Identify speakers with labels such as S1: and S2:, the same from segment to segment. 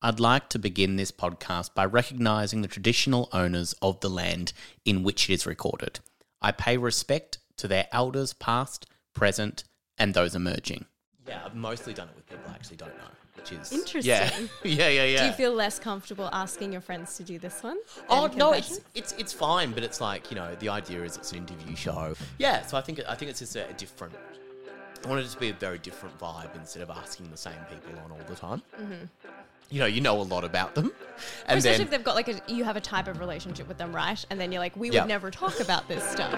S1: I'd like to begin this podcast by recognizing the traditional owners of the land in which it is recorded. I pay respect to their elders, past, present, and those emerging. Yeah, I've mostly done it with people I actually don't know, which is
S2: Interesting.
S1: Yeah, yeah, yeah, yeah.
S2: Do you feel less comfortable asking your friends to do this one?
S1: Oh
S2: And
S1: no,
S2: confession?
S1: it's, it's it's fine, but it's like you know the idea is it's an interview show. Yeah, so I think I think it's just a, a different. I wanted it to be a very different vibe instead of asking the same people on all the time. Mm-hmm. You know, you know a lot about them, and
S2: Especially
S1: then
S2: if they've got like a, you have a type of relationship with them, right? And then you're like, we
S1: Yeah.
S2: would never talk about this stuff.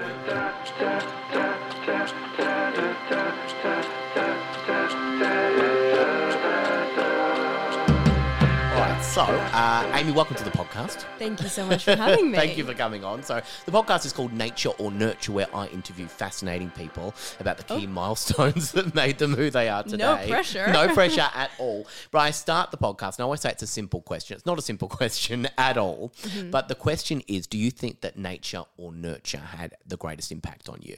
S1: all right. So, uh, Amy, welcome to the podcast.
S2: Thank you so much for having me.
S1: Thank you for coming on. So, the podcast is called Nature or Nurture, where I interview fascinating people about the key milestones that made them who they are today.
S2: Oh. No pressure.
S1: No pressure at all. But I start the podcast, and I always say it's a simple question. It's not a simple question at all.
S2: Mm-hmm.
S1: But the question is do you think that nature or nurture had the greatest impact on you?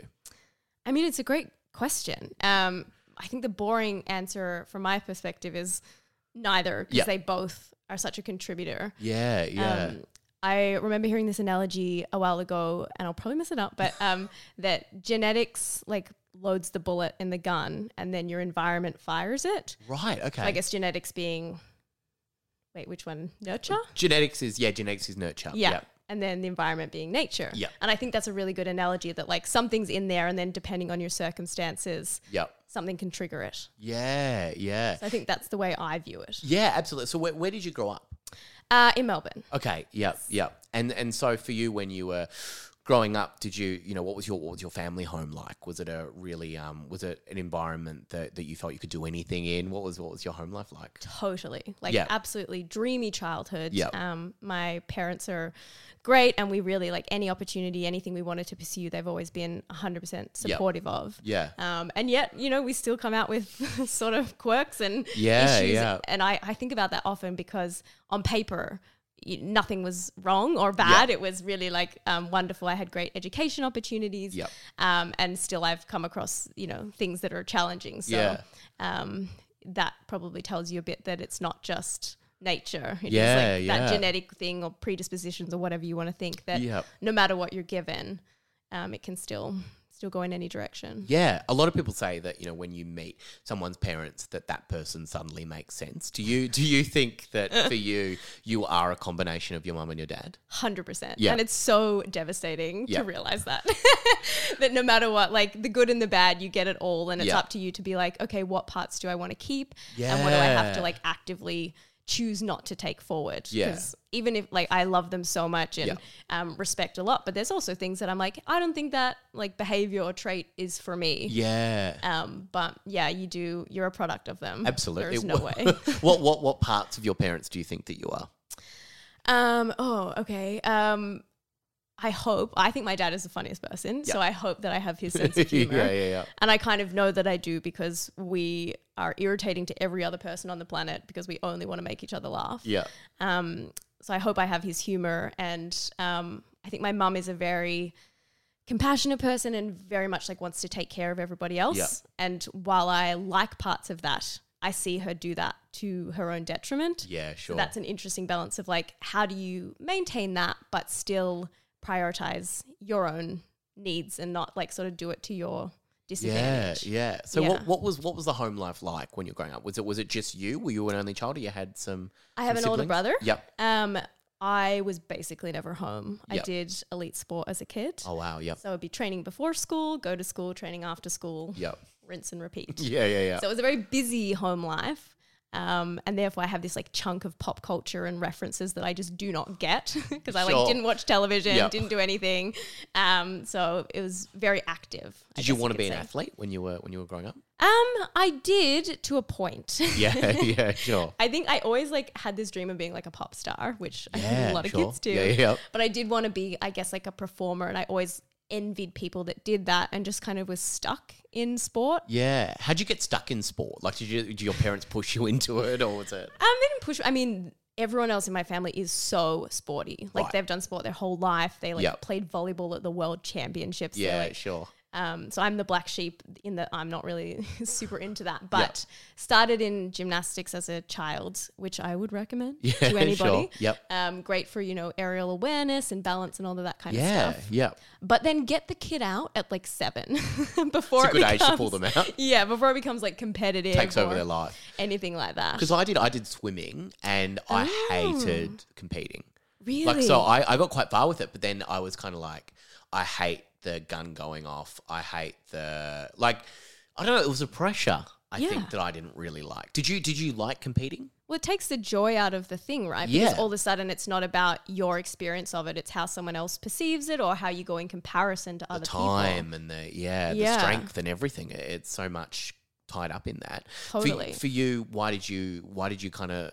S2: I mean, it's a great question. Um, I think the boring answer from my perspective is neither, because
S1: Yeah.
S2: they both are such a contributor.
S1: Yeah, yeah.
S2: Um, I remember hearing this analogy a while ago, and I'll probably mess it up, but um, that genetics like loads the bullet in the gun, and then your environment fires it.
S1: right, okay.
S2: I guess genetics being, wait, which one? Nurture.
S1: genetics is, yeah, genetics is nurture.
S2: Yeah.
S1: Yep.
S2: And then the environment being nature.
S1: Yeah.
S2: And I think that's a really good analogy that like something's in there, and then depending on your circumstances,
S1: Yep.
S2: something can trigger it.
S1: Yeah, yeah.
S2: So I think that's the way I view it.
S1: Yeah, absolutely. So, where, where did you grow up?
S2: Uh, in Melbourne.
S1: Okay. Yep. Yep. And and so for you, when you were growing up, did you you know what was your what was your family home like? Was it a really um was it an environment that, that you felt you could do anything in? What was what was your home life like?
S2: totally like
S1: Yeah.
S2: absolutely dreamy childhood
S1: Yeah.
S2: um my parents are great and we really like any opportunity anything we wanted to pursue they've always been 100% supportive of
S1: Yeah.
S2: um and yet you know we still come out with sort of quirks and
S1: Yeah,
S2: issues
S1: yeah.
S2: and I, I think about that often because on paper y- nothing was wrong or bad it was really like um, wonderful i had great education opportunities
S1: Yep.
S2: um, and still i've come across you know things that are challenging so
S1: Yeah.
S2: um, that probably tells you a bit that it's not just nature. It is
S1: Yeah,
S2: like
S1: yeah.
S2: that genetic thing or predispositions or whatever you want to think that
S1: Yep.
S2: no matter what you're given, um, it can still still go in any direction.
S1: Yeah, a lot of people say that you know when you meet someone's parents that that person suddenly makes sense. Do you do you think that for you you are a combination of your mum and your dad?
S2: Hundred percent.
S1: Yeah.
S2: And it's so devastating
S1: Yeah.
S2: to realize that. that no matter what, like the good and the bad, you get it all and it's
S1: Yeah.
S2: up to you to be like, okay, what parts do I want to keep? And what do I have
S1: Yeah.
S2: to like actively choose not to take forward?
S1: Yeah.
S2: even if like I love them so much and
S1: Yeah.
S2: um, respect a lot, but there's also things that I'm like, I don't think that like behavior or trait is for me.
S1: Yeah.
S2: Um, but yeah, you do. You're a product of them.
S1: Absolutely.
S2: There's no way.
S1: what what what parts of your parents do you think that you are?
S2: Um. Oh. Okay. Um. I hope. I think my dad is the funniest person, so I hope that I have his sense of humor.
S1: yeah, yeah, yeah.
S2: And I kind of know that I do because we are irritating to every other person on the planet because we only want to make each other laugh.
S1: Yeah.
S2: Um. So I hope I have his humor, and um. I think my mum is a very compassionate person and very much like wants to take care of everybody else. And while I like parts of that, I see her do that to her own detriment.
S1: Yeah,
S2: So
S1: sure.
S2: that's an interesting balance of like, how do you maintain that, but still prioritize your own needs and not like sort of do it to your
S1: Yeah,
S2: disadvantage?
S1: yeah. So
S2: Yeah.
S1: what what was what was the home life like when you were growing up? Was it was it just you? Were you an only child? Or you had some.
S2: I have
S1: some
S2: an older
S1: siblings?
S2: brother.
S1: Yep.
S2: Um, I was basically never home. I
S1: Yep.
S2: did elite sport as a kid.
S1: Oh wow. Yep.
S2: So I'd be training before school, go to school, training after school,
S1: Yep.
S2: rinse and repeat.
S1: Yeah, yeah, yeah.
S2: So it was a very busy home life. Um, and therefore, I have this like chunk of pop culture and references that I just do not get because I
S1: Sure.
S2: like didn't watch television,
S1: Yeah.
S2: didn't do anything. Um, so it was very active. I
S1: Did you
S2: guess
S1: want to
S2: could
S1: be an
S2: say.
S1: athlete when you were when you were growing up?
S2: Um, I did to a point.
S1: Yeah, yeah, sure.
S2: I think I always like had this dream of being like a pop star, which I think
S1: Yeah,
S2: a lot
S1: sure.
S2: of kids do.
S1: Yeah, yeah, yeah.
S2: But I did want to be, I guess, like a performer, and I always envied people that did that and just kind of was stuck in sport.
S1: Yeah. How'd you get stuck in sport? Like, did, you, did your parents push you into it or was it?
S2: Um, they didn't push. I mean, everyone else in my family is so sporty. Like
S1: Right.
S2: they've done sport their whole life. They like
S1: Yep.
S2: played volleyball at the world championships. They're,
S1: Yeah,
S2: like,
S1: sure.
S2: um, so I'm the black sheep in that I'm not really super into that, but started in gymnastics as a child, which I would recommend
S1: Yeah,
S2: to anybody.
S1: sure. Yep.
S2: Um, great for you know aerial awareness and balance and all of that kind
S1: Yeah,
S2: of stuff.
S1: yeah.
S2: But then get the kid out at like seven before
S1: It's a good
S2: it
S1: age
S2: becomes,
S1: to pull them out.
S2: Yeah, before it becomes like competitive,
S1: Takes over
S2: or
S1: their life.
S2: anything like that.
S1: Because I did, I did swimming and I
S2: Oh.
S1: hated competing.
S2: Really,
S1: Like, so I, I got quite far with it, but then I was kind of like, I hate the gun going off. I hate the, like, I don't know, it was a pressure. I
S2: Yeah.
S1: think that I didn't really like. Did you did you like competing?
S2: Well, it takes the joy out of the thing, right?
S1: Yeah.
S2: Because all of a sudden it's not about your experience of it, it's how someone else perceives it or how you go in comparison to other
S1: the time
S2: people.
S1: and the yeah, the
S2: Yeah.
S1: strength and everything. It- It's so much tied up in that. For-
S2: Totally.
S1: For, you, why did you why did you kind of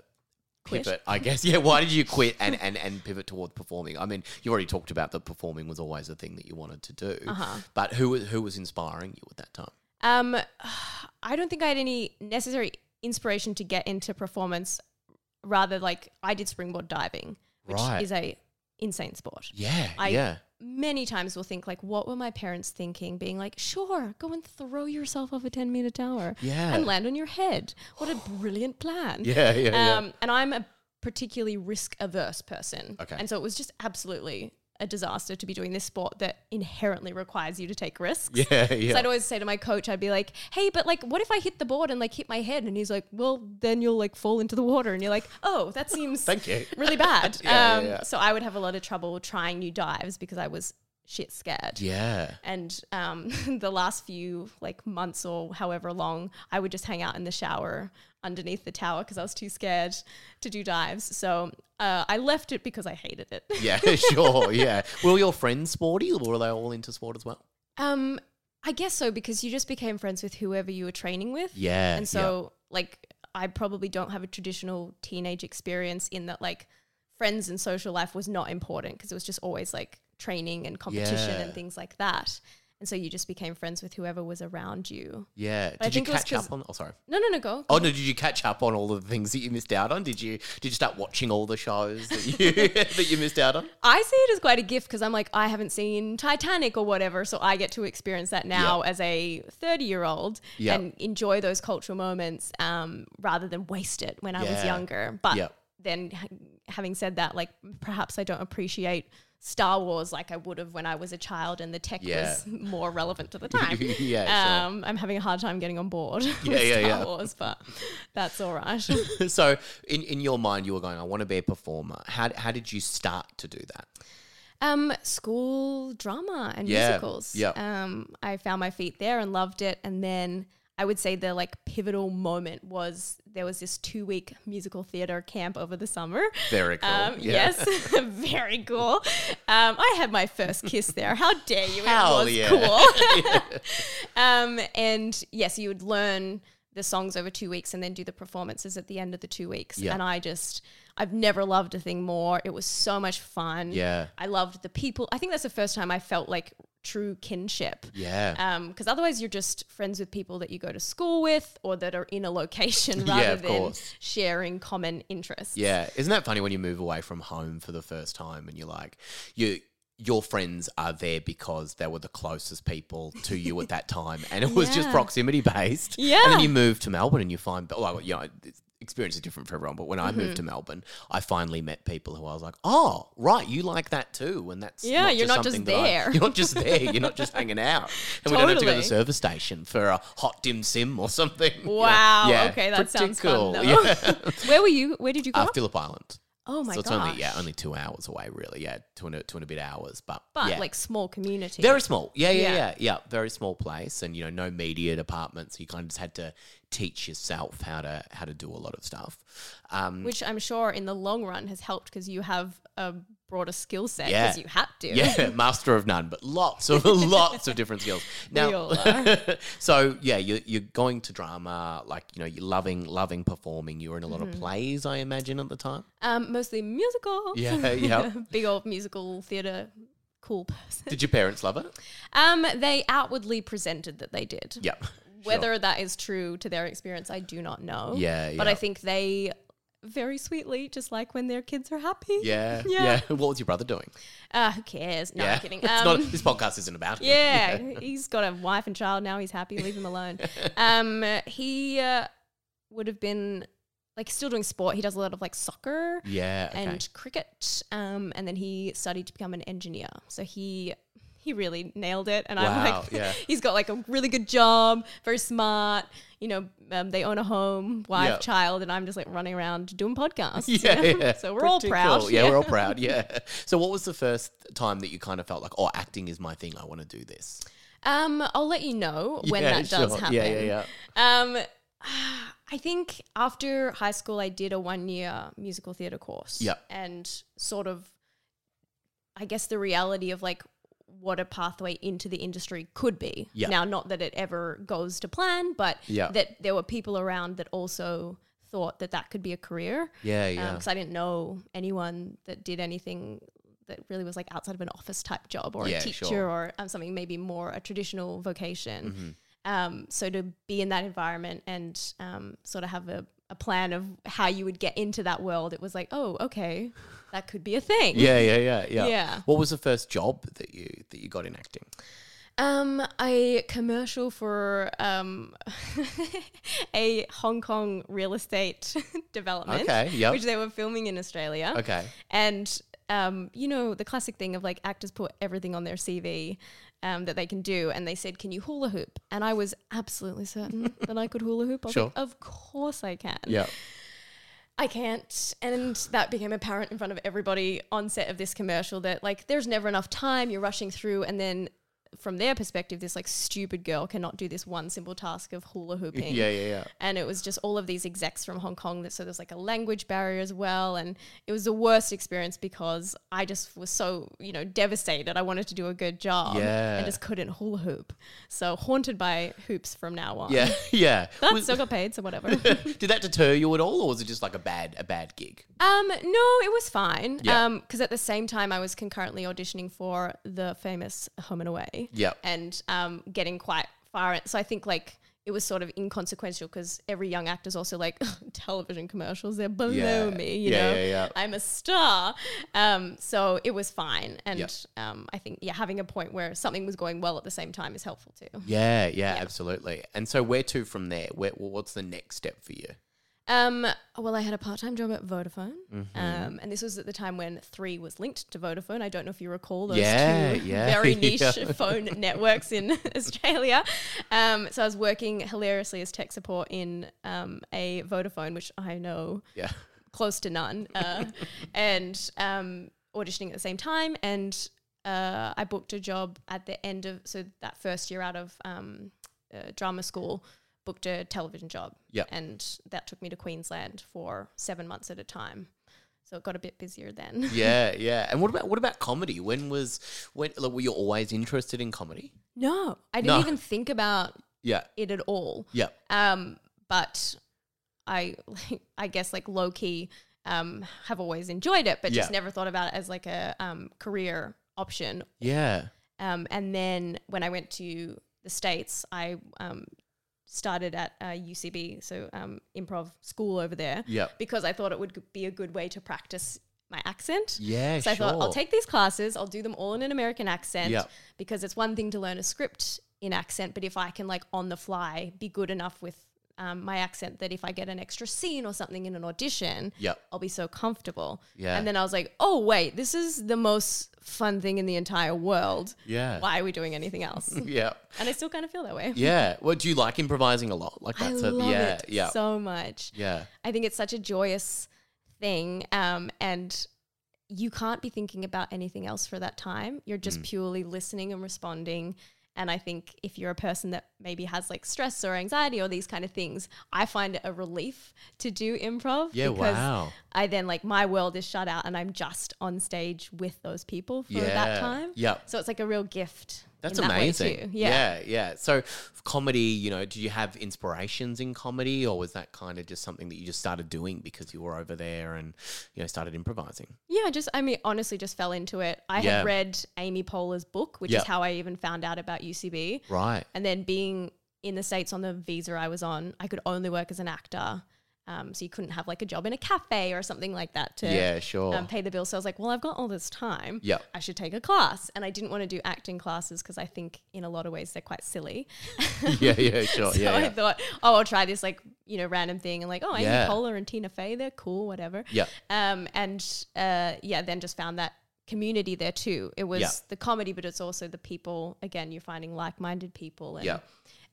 S2: Quit.
S1: pivot? I guess yeah. Why did you quit and and and pivot towards performing? I mean, you already talked about that performing was always a thing that you wanted to do.
S2: Uh-huh.
S1: But who was who was inspiring you at that time?
S2: Um I don't think I had any necessary inspiration to get into performance rather like I did springboard diving, which
S1: Right.
S2: is a insane sport.
S1: Yeah,
S2: I-
S1: yeah,
S2: Many times will think like, what were my parents thinking? Being like, sure, go and throw yourself off a ten meter tower
S1: yeah,
S2: and land on your head. What a brilliant plan.
S1: yeah, yeah, yeah.
S2: Um, and I'm a particularly risk averse person.
S1: Okay.
S2: And so it was just absolutely a disaster to be doing this sport that inherently requires you to take risks.
S1: yeah,
S2: So I'd
S1: yeah.
S2: always say to my coach, I'd be like, hey, but like, what if I hit the board and like hit my head? And he's like, well, then you'll like fall into the water. And you're like, oh, that seems
S1: Thank you.
S2: really bad.
S1: Yeah, yeah,
S2: um,
S1: yeah.
S2: So I would have a lot of trouble trying new dives because I was shit scared
S1: Yeah.
S2: and um, the last few like months or however long i would just hang out in the shower underneath the tower because i was too scared to do dives so uh, i left it because i hated it
S1: Yeah, sure. Yeah. Were all your friends sporty or were they all into sport as well?
S2: um, i guess so because you just became friends with whoever you were training with
S1: Yeah.
S2: and
S1: yeah.
S2: so like i probably don't have a traditional teenage experience in that like friends and social life was not important because it was just always like training and competition
S1: Yeah.
S2: and things like that and so you just became friends with whoever was around you
S1: Yeah. Did
S2: I
S1: you
S2: think it was
S1: catch up
S2: 'cause-
S1: on? Oh, sorry.
S2: No, no, no, go.
S1: Oh no! Did you catch up on all the things that you missed out on? Did you did you start watching all the shows that you that you missed out on?
S2: I see it as quite a gift because I'm like, I haven't seen Titanic or whatever, so I get to experience that now as a 30 year old
S1: Yeah.
S2: and enjoy those cultural moments um, rather than waste it when I was
S1: Yeah.
S2: younger. But
S1: Yeah.
S2: then, ha- having said that, like perhaps I don't appreciate Star Wars like I would have when I was a child and the tech
S1: Yeah.
S2: was more relevant to the time.
S1: Yeah, sure.
S2: um, I'm having a hard time getting on board
S1: Yeah,
S2: with
S1: yeah,
S2: Star
S1: yeah.
S2: Wars, but that's all right.
S1: So in, in your mind, you were going, "I want to be a performer." How how did you start to do that?
S2: Um, school drama and
S1: Yeah,
S2: musicals.
S1: yeah.
S2: Um, I found my feet there and loved it. And then I would say the like pivotal moment was there was this two week musical theater camp over the summer.
S1: Very cool.
S2: Um,
S1: Yeah.
S2: yes, very cool. Um, I had my first kiss there. How dare you?
S1: Hell
S2: it was
S1: yeah.
S2: cool. um, and yes, you would learn the songs over two weeks and then do the performances at the end of the two weeks.
S1: Yeah.
S2: And I just, I've never loved a thing more. It was so much fun.
S1: Yeah.
S2: I loved the people. I think that's the first time I felt like true kinship.
S1: Yeah.
S2: Because otherwise, you're just friends with people that you go to school with or that are in a location rather
S1: of
S2: than
S1: course.
S2: sharing common interests.
S1: Yeah, isn't that funny when you move away from home for the first time and you're like, you your friends are there because they were the closest people to you at that time, and it was just
S2: Yeah.
S1: proximity based. and
S2: Yeah.
S1: then you move to Melbourne and you find, but well, you know, it's- experience is different for everyone. But when I
S2: Mm-hmm.
S1: moved to Melbourne, I finally met people who I was like, oh, right, you like that too, and that's
S2: Yeah, you're not just
S1: something that I-
S2: there.
S1: you're not just there, you're not just hanging out, and we don't have to go to the
S2: Totally.
S1: service station for a hot dim sim or something. you know?
S2: Wow.
S1: Yeah,
S2: okay, that
S1: pretty
S2: sounds
S1: cool.
S2: fun. Though.
S1: Yeah.
S2: Where were you? Where did you grow
S1: Uh,
S2: up?
S1: Phillip Island.
S2: Oh my
S1: so
S2: god!
S1: it's only yeah, only two hours away, really. Yeah, two and a, two and a bit hours, but
S2: but
S1: yeah.
S2: like small community.
S1: very small. Yeah, yeah, yeah,
S2: Yeah.
S1: yeah, Very small place, and you know, no media department, so you kind of just had to teach yourself how to how to do a lot of stuff. Um,
S2: which I'm sure in the long run has helped because you have a broader skill set
S1: Yeah.
S2: because you had to.
S1: yeah, master of none, but lots of lots of different skills.
S2: We
S1: Now,
S2: all are.
S1: so yeah, you're, you're going to drama, like you know, you're loving loving performing. You were in a lot of
S2: Mm-hmm.
S1: plays, I imagine, at the time.
S2: um, mostly musical.
S1: Yeah, yeah.
S2: Big old musical theatre cool person.
S1: Did your parents love it?
S2: Um, they outwardly presented that they did.
S1: Yeah.
S2: Whether that is true to their experience, I do not know.
S1: Yeah,
S2: But
S1: yeah.
S2: I think they very sweetly, just like when their kids are happy.
S1: Yeah, yeah.
S2: Yeah.
S1: What was your brother doing?
S2: Uh, who cares? No,
S1: yeah,
S2: I'm kidding.
S1: It's
S2: Um,
S1: not- this podcast isn't about him.
S2: yeah, he's got a wife and child now. He's happy. Leave him alone. um, he uh, would have been like still doing sport. He does a lot of like soccer
S1: yeah. Okay.
S2: and cricket. Um, and then he studied to become an engineer. So he he really nailed it. And I'm
S1: Wow,
S2: like,
S1: yeah.
S2: he's got like a really good job, very smart. You know, um, they own a home, wife,
S1: Yeah.
S2: child, and I'm just like running around doing podcasts. you
S1: yeah,
S2: know?
S1: yeah.
S2: so we're all
S1: Pretty
S2: proud.
S1: cool. Yeah, we're all proud. Yeah. So, what was the first time that you kind of felt like, oh, acting is my thing. I want to do this.
S2: Um, I'll let you know when
S1: Yeah,
S2: that does
S1: sure.
S2: happen.
S1: Yeah, yeah, yeah.
S2: Um, I think after high school, I did a one year musical theatre course.
S1: Yeah.
S2: And sort of, I guess, the reality of like what a pathway into the industry could be.
S1: Yeah.
S2: Now, not that it ever goes to plan, but
S1: Yeah.
S2: that there were people around that also thought that that could be a career.
S1: Yeah, yeah.
S2: Because Um, I didn't know anyone that did anything that really was like outside of an office type job or
S1: Yeah,
S2: a teacher
S1: sure.
S2: or um, something maybe more a traditional vocation.
S1: Mm-hmm.
S2: Um, so to be in that environment and um, sort of have a, a plan of how you would get into that world, it was like, oh, okay, that could be a thing.
S1: yeah, yeah, yeah, yeah.
S2: Yeah.
S1: What was the first job that you that you got in acting?
S2: Um, a commercial for um, a Hong Kong real estate development,
S1: Okay, yep.
S2: which they were filming in Australia.
S1: Okay.
S2: And um, you know the classic thing of like actors put everything on their CV um, that they can do, and they said, "Can you hula hoop?" And I was absolutely certain that I could hula hoop. I was
S1: Sure.
S2: like, "Of course I can."
S1: Yeah.
S2: I can't. And that became apparent in front of everybody on set of this commercial that like there's never enough time, you're rushing through and then from their perspective, this like stupid girl cannot do this one simple task of hula hooping.
S1: Yeah, yeah, yeah.
S2: And it was just all of these execs from Hong Kong that so there's like a language barrier as well. And it was the worst experience because I just was so, you know, devastated. I wanted to do a good job
S1: Yeah.
S2: and just couldn't hula hoop. So haunted by hoops from now on.
S1: Yeah, yeah.
S2: But
S1: Was-
S2: still got paid, so whatever.
S1: did that deter you at all, or was it just like a bad a bad gig?
S2: Um, no, it was fine.
S1: Yeah.
S2: Um, because at the same time, I was concurrently auditioning for the famous Home and Away.
S1: Yeah.
S2: And um, getting quite far. So I think like it was sort of inconsequential because every young actor's also like television commercials. They're
S1: Yeah.
S2: below me. You
S1: Yeah,
S2: know,
S1: yeah, yeah.
S2: I'm a star. Um, so it was fine. And
S1: Yeah.
S2: um, I think yeah, having a point where something was going well at the same time is helpful too.
S1: Yeah, yeah, absolutely. And so, where to from there? Where what's the next step for you?
S2: Um, well, I had a part-time job at Vodafone,
S1: Mm-hmm.
S2: um, and this was at the time when Three was linked to Vodafone. I don't know if you recall those
S1: Yeah,
S2: two
S1: yeah,
S2: very niche
S1: yeah.
S2: phone networks in Australia. Um, so I was working hilariously as tech support in um, a Vodafone, which I know
S1: Yeah,
S2: close to none, uh, and um, auditioning at the same time. And uh, I booked a job at the end of so that first year out of um, uh, drama school, booked a television job.
S1: Yep.
S2: and that took me to Queensland for seven months at a time. So it got a bit busier then.
S1: yeah, yeah. And what about what about comedy? When was when like, were you always interested in comedy?
S2: No, I didn't
S1: No.
S2: even think about
S1: Yeah,
S2: it at all.
S1: yeah,
S2: Um, but I, like, I guess, like low key, um, have always enjoyed it, but just
S1: Yeah.
S2: never thought about it as like a um, career option.
S1: yeah.
S2: Um, and then when I went to the states, I um, started at uh, UCB, so um, improv school over there,
S1: Yeah.
S2: because I thought it would be a good way to practice my accent.
S1: Yeah,
S2: So I thought I'll
S1: sure.
S2: take these classes. I'll do them all in an American accent
S1: Yeah.
S2: because it's one thing to learn a script in accent, but if I can like on the fly be good enough with um, my accent that if I get an extra scene or something in an audition,
S1: Yeah.
S2: I'll be so comfortable.
S1: Yeah.
S2: And then I was like, oh wait, this is the most fun thing in the entire world.
S1: Yeah.
S2: Why are we doing anything else?
S1: Yeah,
S2: and I still kind of feel that way.
S1: yeah. Well, do you like improvising a lot? Like
S2: I
S1: that's
S2: love
S1: a, yeah,
S2: it
S1: yeah,
S2: so much.
S1: yeah.
S2: I think it's such a joyous thing. Um, and
S1: Mm.
S2: you can't be thinking about anything else for that time. You're just purely listening and responding And I think if you're a person that maybe has like stress or anxiety or these kind of things, I find it a relief to do improv.
S1: Yeah, wow.
S2: I then like my world is shut out and I'm just on stage with those people for
S1: Yeah.
S2: that time.
S1: Yep.
S2: So it's like a real gift.
S1: That's
S2: in that way
S1: amazing.
S2: too.
S1: yeah. yeah, So comedy, you know, did you have inspirations in comedy or was that kind of just something that you just started doing because you were over there and you know started improvising?
S2: Yeah, I just I mean honestly just fell into it. I
S1: Yeah.
S2: had read Amy Poehler's book, which
S1: Yeah.
S2: is how I even found out about UCB.
S1: Right.
S2: And then being in the States on the visa I was on, I could only work as an actor. Um, so you couldn't have like a job in a cafe or something like that to
S1: Yeah, sure.
S2: um, pay the bill. So I was like, well, I've got all this time.
S1: Yeah.
S2: I should take a class. And I didn't want to do acting classes because I think in a lot of ways they're quite silly.
S1: yeah, yeah, sure.
S2: so
S1: yeah.
S2: I
S1: yeah.
S2: thought, oh, I'll try this like, you know, random thing and like, oh, Amy
S1: Yeah.
S2: Poehler and Tina Fey, they're cool, whatever.
S1: Yeah.
S2: Um, and uh, yeah, then just found that community there too. It was
S1: Yeah.
S2: the comedy, but it's also the people. Again, you're finding like-minded people, and
S1: Yeah.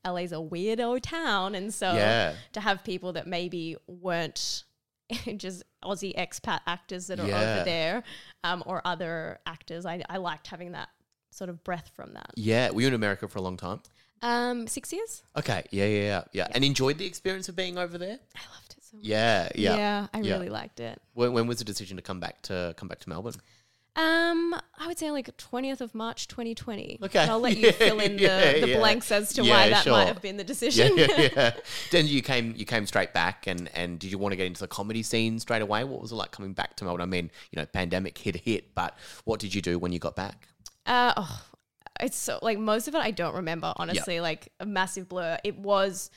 S2: LA's a weirdo town, and so
S1: Yeah.
S2: to have people that maybe weren't just Aussie expat actors that are
S1: Yeah.
S2: over there, um, or other actors, I, I liked having that sort of breath from that.
S1: Yeah, were you in America for a long time?
S2: Um, six years,
S1: Okay, yeah, yeah, yeah, yeah. And enjoyed the experience of being over there?
S2: I loved it so much.
S1: Yeah, yeah.
S2: I
S1: Yeah.
S2: really liked it.
S1: When, when was the decision to come back to come back to Melbourne?
S2: Um, I would say like 20th of March 2020.
S1: Okay.
S2: And I'll let you fill in the,
S1: Yeah,
S2: the
S1: yeah.
S2: blanks as to
S1: Yeah,
S2: why that
S1: sure.
S2: might have been the decision.
S1: yeah, yeah, yeah. Then you came you came straight back and and did you want to get into the comedy scene straight away? What was it like coming back to Melbourne? I mean, you know, pandemic hit hit, but what did you do when you got back?
S2: Uh, oh, it's so like most of it I don't remember honestly. Like a massive blur. It was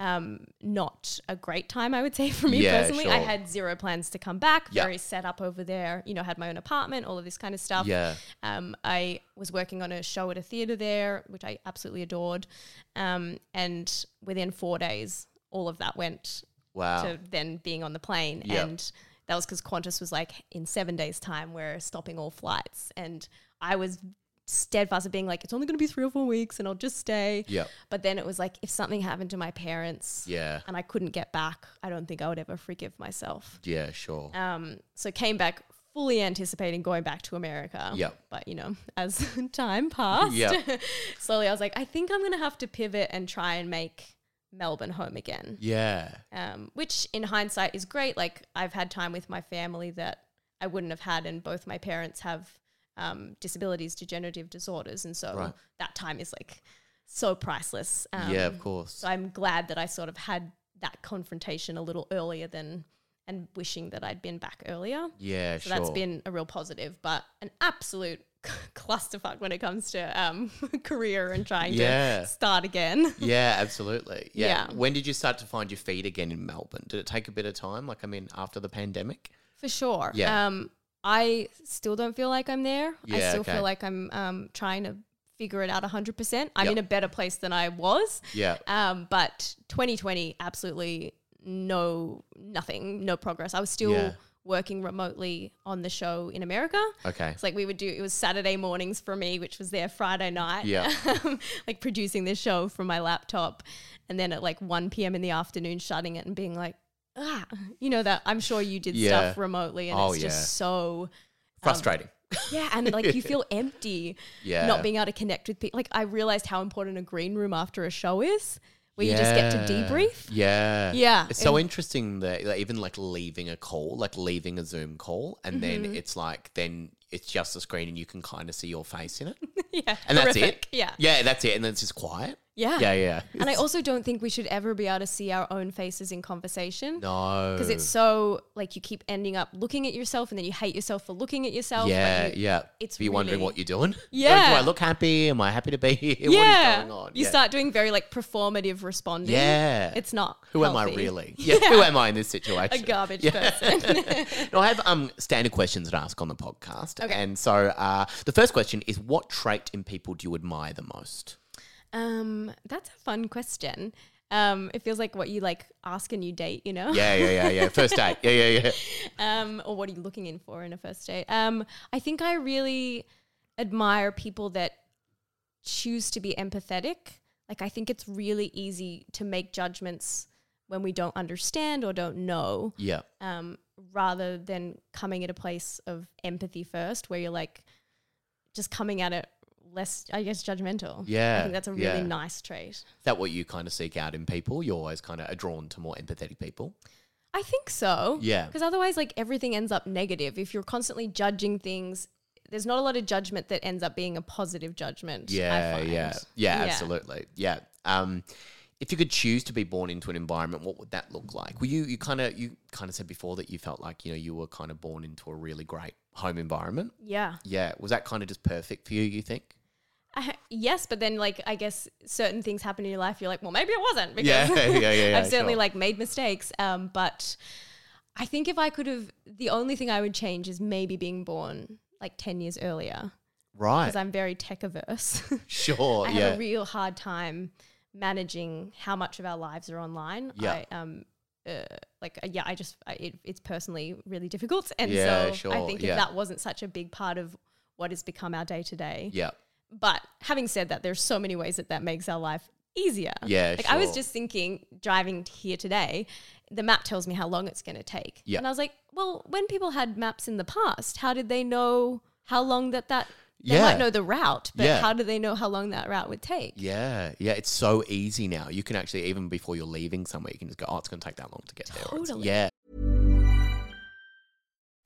S2: um not a great time I would say for me
S1: Yeah,
S2: personally. I
S1: sure.
S2: had zero plans to come back.
S1: Yeah.
S2: Very set up over there. You know, had my own apartment, all of this kind of stuff.
S1: Yeah.
S2: Um, I was working on a show at a theater there, which I absolutely adored. Um, and within four days, all of that went
S1: Wow.
S2: to then being on the plane.
S1: Yeah.
S2: And that was because Qantas was like, in seven days' time, we're stopping all flights. And I was steadfast of being like, it's only going to be three or four weeks and I'll just stay.
S1: Yeah.
S2: But then it was like, if something happened to my parents
S1: Yeah.
S2: and I couldn't get back, I don't think I would ever forgive myself.
S1: Yeah, sure.
S2: Um, so came back fully anticipating going back to America.
S1: Yeah.
S2: But, you know, as time passed,
S1: Yeah.
S2: slowly I was like, I think I'm going to have to pivot and try and make Melbourne home again
S1: yeah.
S2: um, which in hindsight is great. Like I've had time with my family that I wouldn't have had, and both my parents have um, disabilities, degenerative disorders, and so
S1: Right.
S2: that time is like so priceless. Um,
S1: yeah, of course.
S2: So I'm glad that I sort of had that confrontation a little earlier than, and wishing that I'd been back earlier.
S1: yeah,
S2: So
S1: sure.
S2: that's been a real positive, but an absolute clusterfuck when it comes to um, career and trying
S1: Yeah.
S2: to start again.
S1: yeah, absolutely. Yeah.
S2: Yeah.
S1: When did you start to find your feet again in Melbourne? Did it take a bit of time? Like, I mean, after the pandemic?
S2: For sure.
S1: Yeah.
S2: Um, I still don't feel like I'm there.
S1: Yeah,
S2: I still
S1: okay.
S2: feel like I'm um, trying to figure it out 100%. I'm
S1: Yep.
S2: in a better place than I was.
S1: Yeah.
S2: Um, but 2020, absolutely no, nothing, no progress. I was still
S1: Yeah.
S2: working remotely on the show in America.
S1: Okay.
S2: It's like we would do, it was Saturday mornings for me, which was there Friday night.
S1: Yeah.
S2: Um, like producing this show from my laptop. And then at like 1 p.m. in the afternoon, shutting it and being like, ah, you know, that I'm sure you did
S1: Yeah.
S2: stuff remotely and
S1: Oh,
S2: it's
S1: yeah.
S2: just so,
S1: Frustrating.
S2: yeah. And like you feel empty
S1: yeah.
S2: not being able to connect with people. Like I realized how important a green room after a show is where you just get to
S1: Yeah.
S2: debrief.
S1: Yeah.
S2: Yeah.
S1: It's so interesting that like, even like leaving a call, like leaving a Zoom call, and
S2: Mm-hmm.
S1: then it's like, then it's just a screen and you can kind of see your face in it.
S2: yeah.
S1: And that's
S2: Horrific.
S1: it.
S2: Yeah.
S1: Yeah, that's it. And then it's just quiet.
S2: Yeah.
S1: Yeah, yeah.
S2: And I also don't think we should ever be able to see our own faces in conversation.
S1: no.
S2: because it's so like you keep ending up looking at yourself and then you hate yourself for looking at yourself.
S1: Yeah,
S2: Like, you-
S1: yeah.
S2: it's
S1: Be wondering
S2: really-
S1: what you're doing.
S2: Yeah.
S1: Do I look happy? Am I happy to be here?
S2: yeah.
S1: What is going on?
S2: You
S1: yeah.
S2: start doing very like performative responding.
S1: Yeah.
S2: It's not.
S1: Who am I
S2: healthy.
S1: really? Yeah. Who am I in this situation?
S2: A garbage
S1: Yeah.
S2: person.
S1: now, I have um, standard questions to ask on the podcast.
S2: Okay.
S1: And so uh, the first question is what trait in people do you admire the most?
S2: um, that's a fun question. Um, it feels like what you like ask a new date, you know?
S1: Yeah, yeah, yeah, yeah. First date. Yeah, yeah, yeah.
S2: Um, or what are you looking in for in a first date? Um, I think I really admire people that choose to be empathetic. Like I think it's really easy to make judgments when we don't understand or don't know.
S1: Yeah.
S2: um, rather than coming at a place of empathy first, where you're like just coming at it less, I guess, judgmental.
S1: Yeah,
S2: I think that's a really
S1: yeah.
S2: nice trait.
S1: Is that what you kind of seek out in people? You're always kind of drawn to more empathetic people.
S2: I think so.
S1: Yeah.
S2: Because otherwise, like everything ends up negative. If you're constantly judging things, there's not a lot of judgment that ends up being a positive judgment. I
S1: Yeah,
S2: find.
S1: yeah, yeah, absolutely. Yeah. Um, if you could choose to be born into an environment, what would that look like? Were you you kind of you kind of said before that you felt like you know you were kind of born into a really great home environment.
S2: Yeah.
S1: Yeah, was that kind of just perfect for you? You think?
S2: I, yes, but then like I guess certain things happen in your life. You're like, well, maybe it wasn't because
S1: Yeah, yeah, yeah, yeah,
S2: I've certainly
S1: sure.
S2: like made mistakes. Um, but I think if I could have, the only thing I would change is maybe being born like ten years earlier
S1: Right.
S2: because I'm very tech averse.
S1: sure.
S2: I
S1: yeah.
S2: have a real hard time managing how much of our lives are online.
S1: Yeah.
S2: I, um, uh, like uh, yeah, I just I, it, it's personally really difficult, and
S1: Yeah,
S2: so I
S1: sure,
S2: think
S1: yeah.
S2: if that wasn't such a big part of what has become our day to day,
S1: yeah.
S2: but having said that, there's so many ways that that makes our life easier.
S1: Yeah,
S2: Like I was
S1: sure.
S2: just thinking, driving here today, the map tells me how long it's going to take.
S1: Yeah.
S2: And I was like, well, when people had maps in the past, how did they know how long that that they
S1: Yeah.
S2: might know the route, but
S1: Yeah.
S2: how do they know how long that route would take?
S1: Yeah, yeah, it's so easy now. You can actually even before you're leaving somewhere, you can just go, "Oh, it's going to take that long to get there." or it's-
S2: Totally.
S1: Yeah,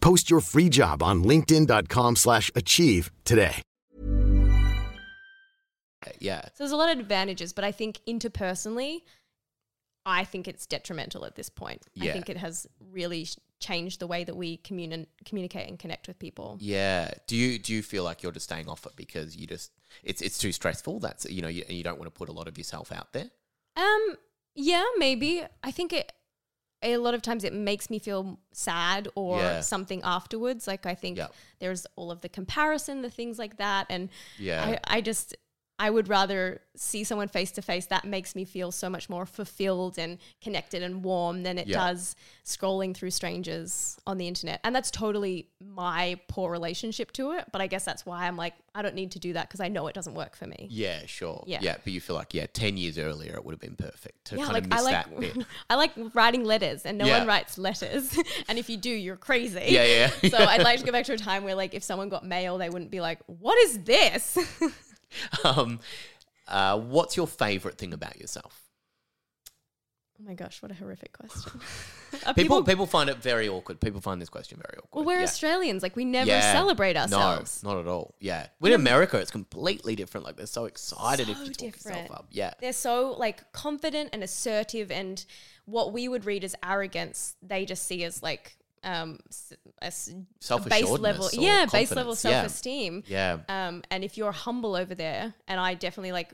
S3: Post your free job on linkedin.com/achieve slash achieve today.
S1: yeah,
S2: So there's a lot of advantages, but I think interpersonally, I think it's detrimental at this point.
S1: Yeah.
S2: I think it has really sh- changed the way that we communi- communicate and connect with people.
S1: yeah. Do you do you feel like you're just staying off it because you just it's it's too stressful? That's you know you, you don't want to put a lot of yourself out there.
S2: Um, yeah, maybe. I think it a lot of times it makes me feel sad or
S1: Yeah.
S2: something afterwards. Like I think
S1: Yeah.
S2: there's all of the comparison, the things like that. And
S1: Yeah.
S2: I, I just I would rather see someone face to face. That makes me feel so much more fulfilled and connected and warm than it
S1: Yeah.
S2: does scrolling through strangers on the internet. And that's totally my poor relationship to it. But I guess that's why I'm like, I don't need to do that because I know it doesn't work for me.
S1: Yeah, sure.
S2: Yeah.
S1: but you feel like yeah, ten years earlier it would have been perfect to
S2: yeah,
S1: kind
S2: like
S1: of
S2: I
S1: miss that
S2: like
S1: bit.
S2: I like writing letters, and no
S1: Yeah.
S2: one writes letters. and if you do, you're crazy.
S1: Yeah, yeah, yeah.
S2: so I'd like to go back to a time where, like, if someone got mail, they wouldn't be like, "What is this?"
S1: um, uh, what's your favorite thing about yourself?
S2: oh my gosh, what a horrific question. Are
S1: People, people find it very awkward. People find this question very awkward.
S2: well, we're
S1: yeah.
S2: Australians. Like, we never
S1: Yeah.
S2: celebrate ourselves.
S1: No, not at all. Yeah. When in America, it's completely different. Like they're so excited if
S2: So
S1: you talk
S2: different.
S1: yourself up. Yeah.
S2: They're so like confident and assertive, and what we would read as arrogance, they just see as like um s- a s- a base
S1: Self-assuredness
S2: level,
S1: or
S2: yeah, base level
S1: confidence. Yeah.
S2: self esteem.
S1: Yeah.
S2: Um, and if you're humble over there, and I definitely like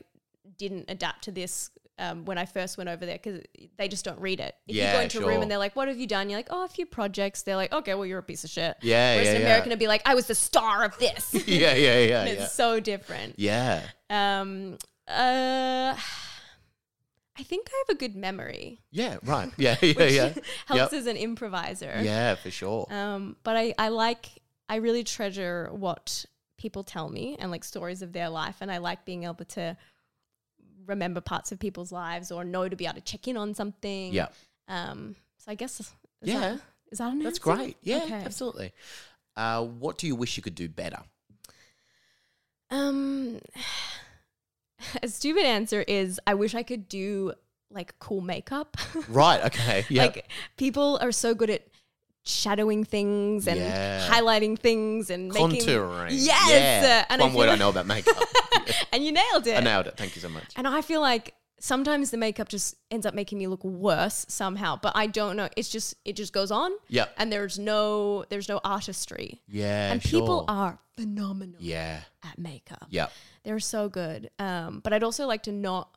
S2: didn't adapt to this um, when I first went over there because they just don't read it. If you
S1: Yeah,
S2: go into a
S1: sure.
S2: room and they're like, "What have you done?" You're like, "Oh, a few projects." They're like, "Okay, well, you're a piece of shit."
S1: Yeah,
S2: Whereas
S1: yeah,
S2: an
S1: yeah.
S2: American would be like, "I was the star of this." and
S1: Yeah. Yeah. Yeah.
S2: it's
S1: Yeah.
S2: so different.
S1: Yeah.
S2: Um, uh, I think I have a good memory,
S1: Yeah. Right. Yeah. Yeah.
S2: which
S1: Yeah. Yep.
S2: helps as an improviser.
S1: Yeah. For sure.
S2: Um, but I, I like, I really treasure what people tell me and like stories of their life. And I like being able to remember parts of people's lives or know to be able to check in on something.
S1: Yeah.
S2: Um, so I guess, is
S1: Yeah.
S2: That, is that an
S1: That's
S2: answer?
S1: great. Yeah.
S2: Okay.
S1: Absolutely. Uh, what do you wish you could do better?
S2: Um, a stupid answer is I wish I could do like cool makeup.
S1: Right. Okay. Yeah.
S2: Like people are so good at shadowing things and
S1: Yeah.
S2: highlighting things and
S1: Contouring.
S2: Making, yes, Uh,
S1: Yeah.
S2: and
S1: One
S2: feel
S1: word I
S2: like-
S1: know about makeup.
S2: and you nailed it.
S1: I nailed it. Thank you so much.
S2: And I feel like sometimes the makeup just ends up making me look worse somehow, but I don't know. It's just it just goes on.
S1: Yep.
S2: And there's no there's no artistry.
S1: Yeah.
S2: and
S1: sure.
S2: people are phenomenal
S1: Yeah.
S2: at makeup.
S1: Yeah.
S2: They're so good. Um, but I'd also like to not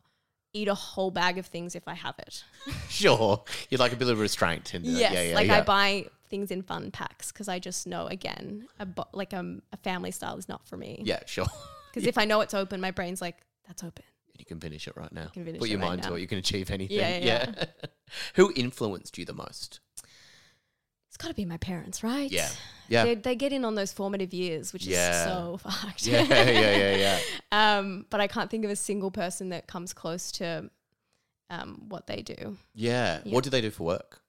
S2: eat a whole bag of things if I have it.
S1: Sure. You'd like a bit of restraint. In the,
S2: yes,
S1: Yeah. Yeah.
S2: like
S1: yeah.
S2: I buy things in fun packs because I just know again, a bo- like um, a family style is not for me.
S1: Yeah. Sure.
S2: Because if I know it's open, my brain's like, that's open.
S1: You can finish it right now.
S2: can finish
S1: Put
S2: it
S1: your
S2: right
S1: mind
S2: now.
S1: to it. You can achieve anything.
S2: Yeah, yeah,
S1: Who influenced you the most?
S2: It's got to be my parents, right?
S1: Yeah. Yeah.
S2: They, they get in on those formative years, which
S1: Yeah.
S2: is so fucked.
S1: Yeah, yeah, yeah, yeah.
S2: Um, but I can't think of a single person that comes close to um, what they do.
S1: Yeah.
S2: Yeah.
S1: What do they do for work?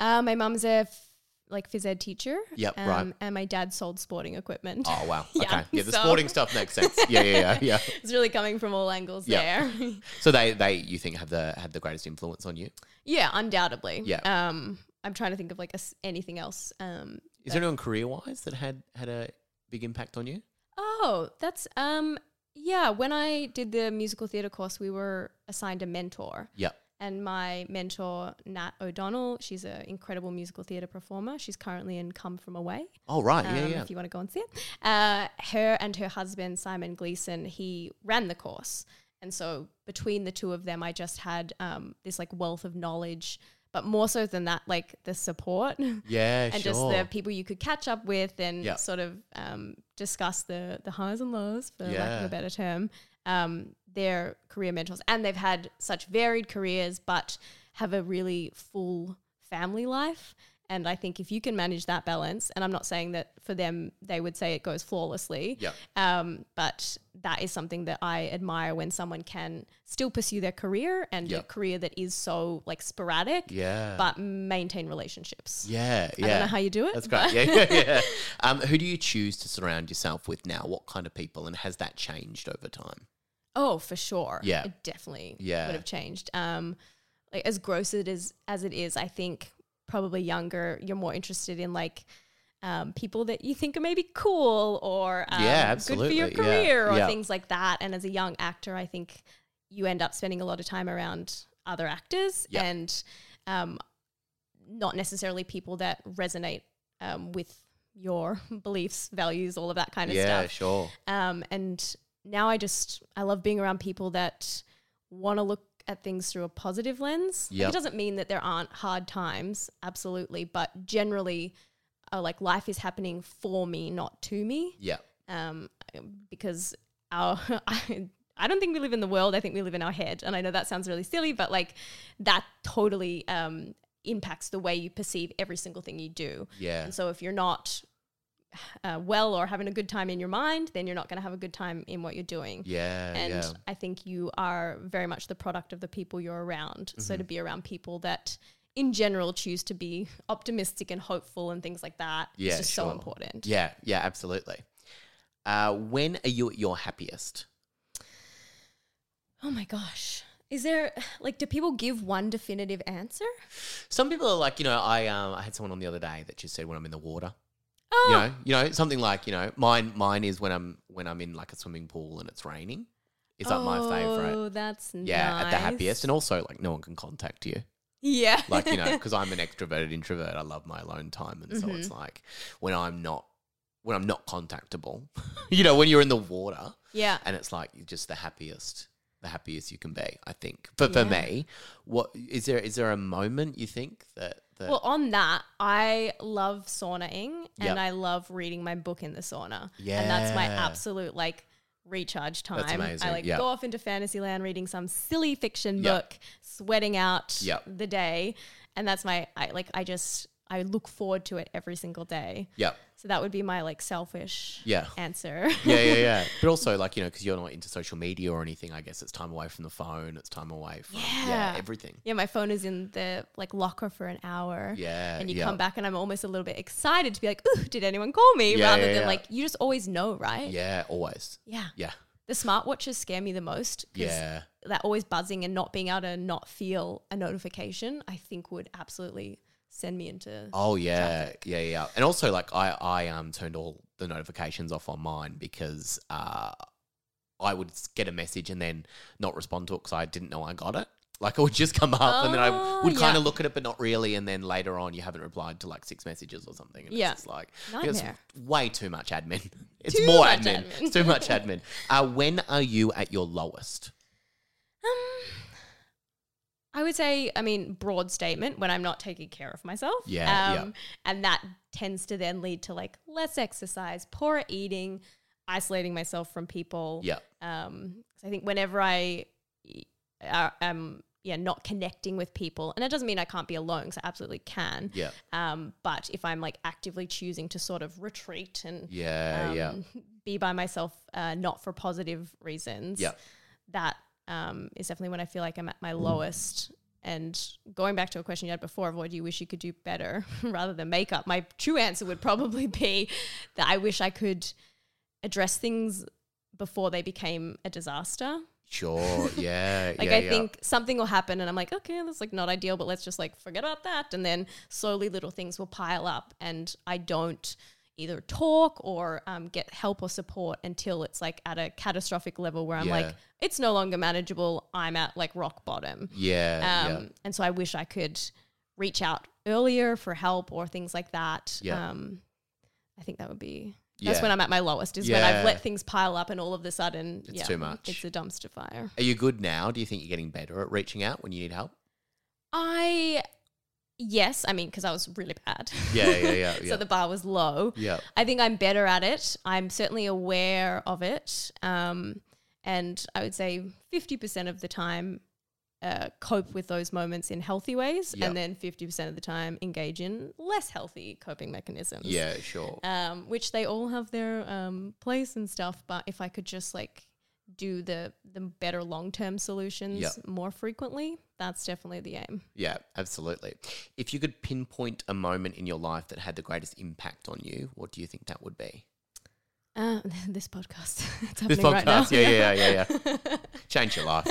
S2: Uh, my mum's a f- like phys ed teacher.
S1: Yep,
S2: um,
S1: right.
S2: And my dad sold sporting equipment.
S1: Oh wow.
S2: Yeah,
S1: okay. Yeah, the
S2: so-
S1: sporting stuff makes sense. Yeah, yeah, yeah, yeah.
S2: It's really coming from all angles
S1: Yeah.
S2: there.
S1: So they they you think have the had the greatest influence on you?
S2: yeah, undoubtedly.
S1: Yeah.
S2: Um, I'm trying to think of like a s anything else. Um,
S1: Is there anyone career wise that had had a big impact on you?
S2: Oh, that's um yeah, when I did the musical theater course, we were assigned a mentor.
S1: Yeah.
S2: And my mentor, Nat O'Donnell, she's an incredible musical theater performer. She's currently in Come From Away.
S1: Oh right. Yeah,
S2: um,
S1: yeah.
S2: If you want to go and see it. Uh, her and her husband, Simon Gleason, he ran the course. And so between the two of them, I just had um, this like wealth of knowledge, but more so than that, like the support
S1: yeah.
S2: and
S1: sure.
S2: just the people you could catch up with and
S1: Yeah.
S2: sort of um, discuss the the highs and lows, for lack of
S1: Yeah.
S2: a better term. Um, their career mentors, and they've had such varied careers, but have a really full family life. And I think if you can manage that balance, and I'm not saying that for them they would say it goes flawlessly,
S1: Yeah.
S2: um, but that is something that I admire when someone can still pursue their career and
S1: Yeah.
S2: a career that is so like sporadic,
S1: Yeah.
S2: but maintain relationships.
S1: yeah, yeah.
S2: I don't know how you do it.
S1: That's
S2: but-
S1: great. Yeah, yeah, yeah. Um, who do you choose to surround yourself with now? What kind of people, and has that changed over time?
S2: Oh, for sure.
S1: Yeah.
S2: It definitely
S1: Yeah.
S2: would have changed. Um, like as gross it is as it is, I think probably younger, you're more interested in like um, people that you think are maybe cool or um,
S1: Yeah,
S2: good for
S1: absolutely.
S2: your
S1: Yeah.
S2: career or
S1: Yeah.
S2: things like that. And as a young actor, I think you end up spending a lot of time around other actors
S1: Yeah.
S2: and um, not necessarily people that resonate um, with your beliefs, values, all of that kind of
S1: yeah,
S2: stuff.
S1: sure.
S2: Um, and now I just I love being around people that want to look at things through a positive lens. Like,
S1: Yep.
S2: it doesn't mean that there aren't hard times, absolutely, but generally, uh, like life is happening for me, not to me.
S1: Yeah,
S2: Um, because our I, I don't think we live in the world. I think we live in our head, and I know that sounds really silly, but like that totally um, impacts the way you perceive every single thing you do.
S1: yeah,
S2: And so if you're not uh, well or having a good time in your mind, then you're not going to have a good time in what you're doing.
S1: yeah,
S2: and
S1: yeah.
S2: I think you are very much the product of the people you're around. So to
S1: Mm-hmm.
S2: be around people that in general choose to be optimistic and hopeful and things like that is
S1: Yeah,
S2: just so
S1: sure.
S2: important.
S1: Yeah, yeah, absolutely. Uh, when are you at your happiest?
S2: Oh my gosh. Is there like do people give one definitive answer?
S1: Some people are like, you know, I um, I had someone on the other day that just said when I'm in the water.
S2: Oh,
S1: You know, you know, something like you know, mine mine is when I'm when I'm in like a swimming pool and it's raining. It's like my favorite.
S2: Oh, that's
S1: Yeah, at the
S2: nice.
S1: happiest, and also like no one can contact you.
S2: Yeah.
S1: like you know because i'm an extroverted introvert i love my alone time and so
S2: Mm-hmm.
S1: it's like when i'm not when i'm not contactable you know when you're in the water
S2: yeah.
S1: and it's like you're just the happiest the happiest you can be i think but for
S2: Yeah.
S1: me what is there is there a moment you think that, that
S2: Well, on that, I love saunaing and
S1: Yep.
S2: I love reading my book in the sauna. And that's my
S1: Yeah.
S2: absolute like recharge time.
S1: amazing,
S2: I like
S1: yep.
S2: go off into fantasyland reading some silly fiction
S1: Yep.
S2: book, sweating out
S1: Yep.
S2: the day. And that's my I like I just I look forward to it every single day.
S1: yeah
S2: So that would be my like selfish
S1: Yeah.
S2: answer.
S1: yeah yeah yeah but also like you know because you're not into social media or anything i guess it's time away from the phone it's time away from yeah,
S2: Yeah.
S1: everything
S2: Yeah, my phone is in the like locker for an hour.
S1: Yeah,
S2: And you
S1: yeah.
S2: come back and I'm almost a little bit excited to be like, ooh, did anyone call me?
S1: Yeah,
S2: Rather
S1: yeah,
S2: than
S1: yeah.
S2: like you just always know, right?
S1: yeah always
S2: Yeah.
S1: yeah
S2: The smartwatches scare me the most because
S1: yeah
S2: that always buzzing and not being able to not feel a notification, I think would absolutely send me into.
S1: Oh yeah, yeah, yeah. And also, like, I I um turned all the notifications off on mine because uh, I would s- get a message and then not respond to it because I didn't know I got it. Like, it would just come up, and then I
S2: Oh,
S1: would kind
S2: yeah.
S1: of look at it, but not really. And then later on, you haven't replied to like six messages or something. And
S2: Yeah.
S1: it's just like you know, it's
S2: Nightmare.
S1: way too much admin. It's
S2: Too
S1: more
S2: much
S1: admin.
S2: admin.
S1: It's too much admin. Uh, when are you at your lowest?
S2: Um, I would say, I mean, broad statement when I'm not taking care of myself. um,
S1: Yeah, yeah.
S2: And that tends to then lead to like less exercise, poorer eating, isolating myself from people.
S1: Yeah,
S2: Um, 'cause I think whenever I are, um, yeah, not connecting with people. And it doesn't mean I can't be alone, because I absolutely can.
S1: Yeah.
S2: Um, but if I'm like actively choosing to sort of retreat and
S1: Yeah, yeah.
S2: um, be by myself, uh, not for positive reasons,
S1: Yeah.
S2: that um, is definitely when I feel like I'm at my lowest. And going back to a question you had before of what do you wish you could do better rather than makeup, my true answer would probably be that I wish I could address things before they became a disaster.
S1: Sure. Yeah.
S2: Like
S1: yeah,
S2: I
S1: yeah.
S2: think something will happen and I'm like, okay, that's like not ideal, but let's just like forget about that. And then slowly little things will pile up and I don't either talk or um, get help or support until it's like at a catastrophic level where I'm
S1: Yeah.
S2: like, it's no longer manageable. I'm at like rock bottom.
S1: Yeah.
S2: Um, And so I wish I could reach out earlier for help or things like that.
S1: Yeah.
S2: Um, I think that would be. That's
S1: Yeah.
S2: when I'm at my lowest. Is when
S1: Yeah.
S2: I've let things pile up, and all of a sudden,
S1: It's
S2: yeah,
S1: too much.
S2: It's a dumpster fire.
S1: yeah. Are you good now? Do you think you're getting better at reaching out when you need help?
S2: I, yes, I mean, because I was really bad.
S1: Yeah, yeah, yeah, yeah.
S2: so the bar was low.
S1: Yeah.
S2: I think I'm better at it. I'm certainly aware of it. Um, and I would say 50% of the time, uh, cope with those moments in healthy ways,
S1: Yeah.
S2: and then 50% of the time, engage in less healthy coping mechanisms.
S1: Yeah, sure.
S2: Um, which they all have their um, place and stuff. But if I could just like do the, the better long term solutions
S1: Yeah.
S2: more frequently, that's definitely the aim.
S1: Yeah, absolutely. If you could pinpoint a moment in your life that had the greatest impact on you, what do you think that would be?
S2: Uh, this podcast. it's happening
S1: This
S2: right now.
S1: podcast, yeah, yeah, yeah, yeah. Change your life.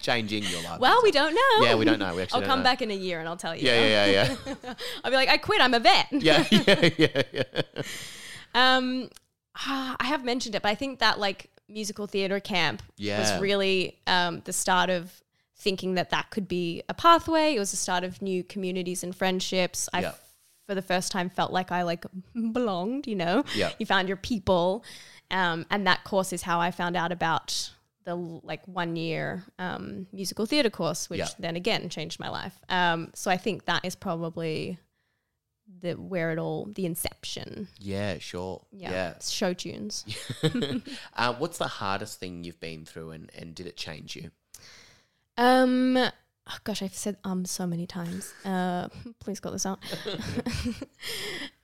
S1: Changing your life.
S2: Well, we don't know.
S1: Yeah, we don't know. We actually
S2: I'll
S1: don't
S2: come
S1: know.
S2: back in a year and I'll tell you.
S1: Yeah, yeah, yeah,
S2: I'll be like, I quit. I'm a vet.
S1: yeah. yeah, yeah, yeah, yeah.
S2: Um, ah, I have mentioned it, but I think that like musical theater camp
S1: Yeah.
S2: was really um, the start of thinking that that could be a pathway. It was the start of new communities and friendships. I,
S1: Yeah.
S2: for the first time, felt like I like belonged. You know,
S1: Yeah.
S2: you found your people, um, and that course is how I found out about the like one year um, musical theater course, which
S1: Yeah.
S2: then again changed my life. Um, so I think that is probably the where it all the inception
S1: Yeah, sure.
S2: yeah,
S1: Yeah.
S2: it's show tunes.
S1: uh, what's the hardest thing you've been through and, and did it change you?
S2: Um, oh gosh, I've said um so many times. Uh, please cut this out.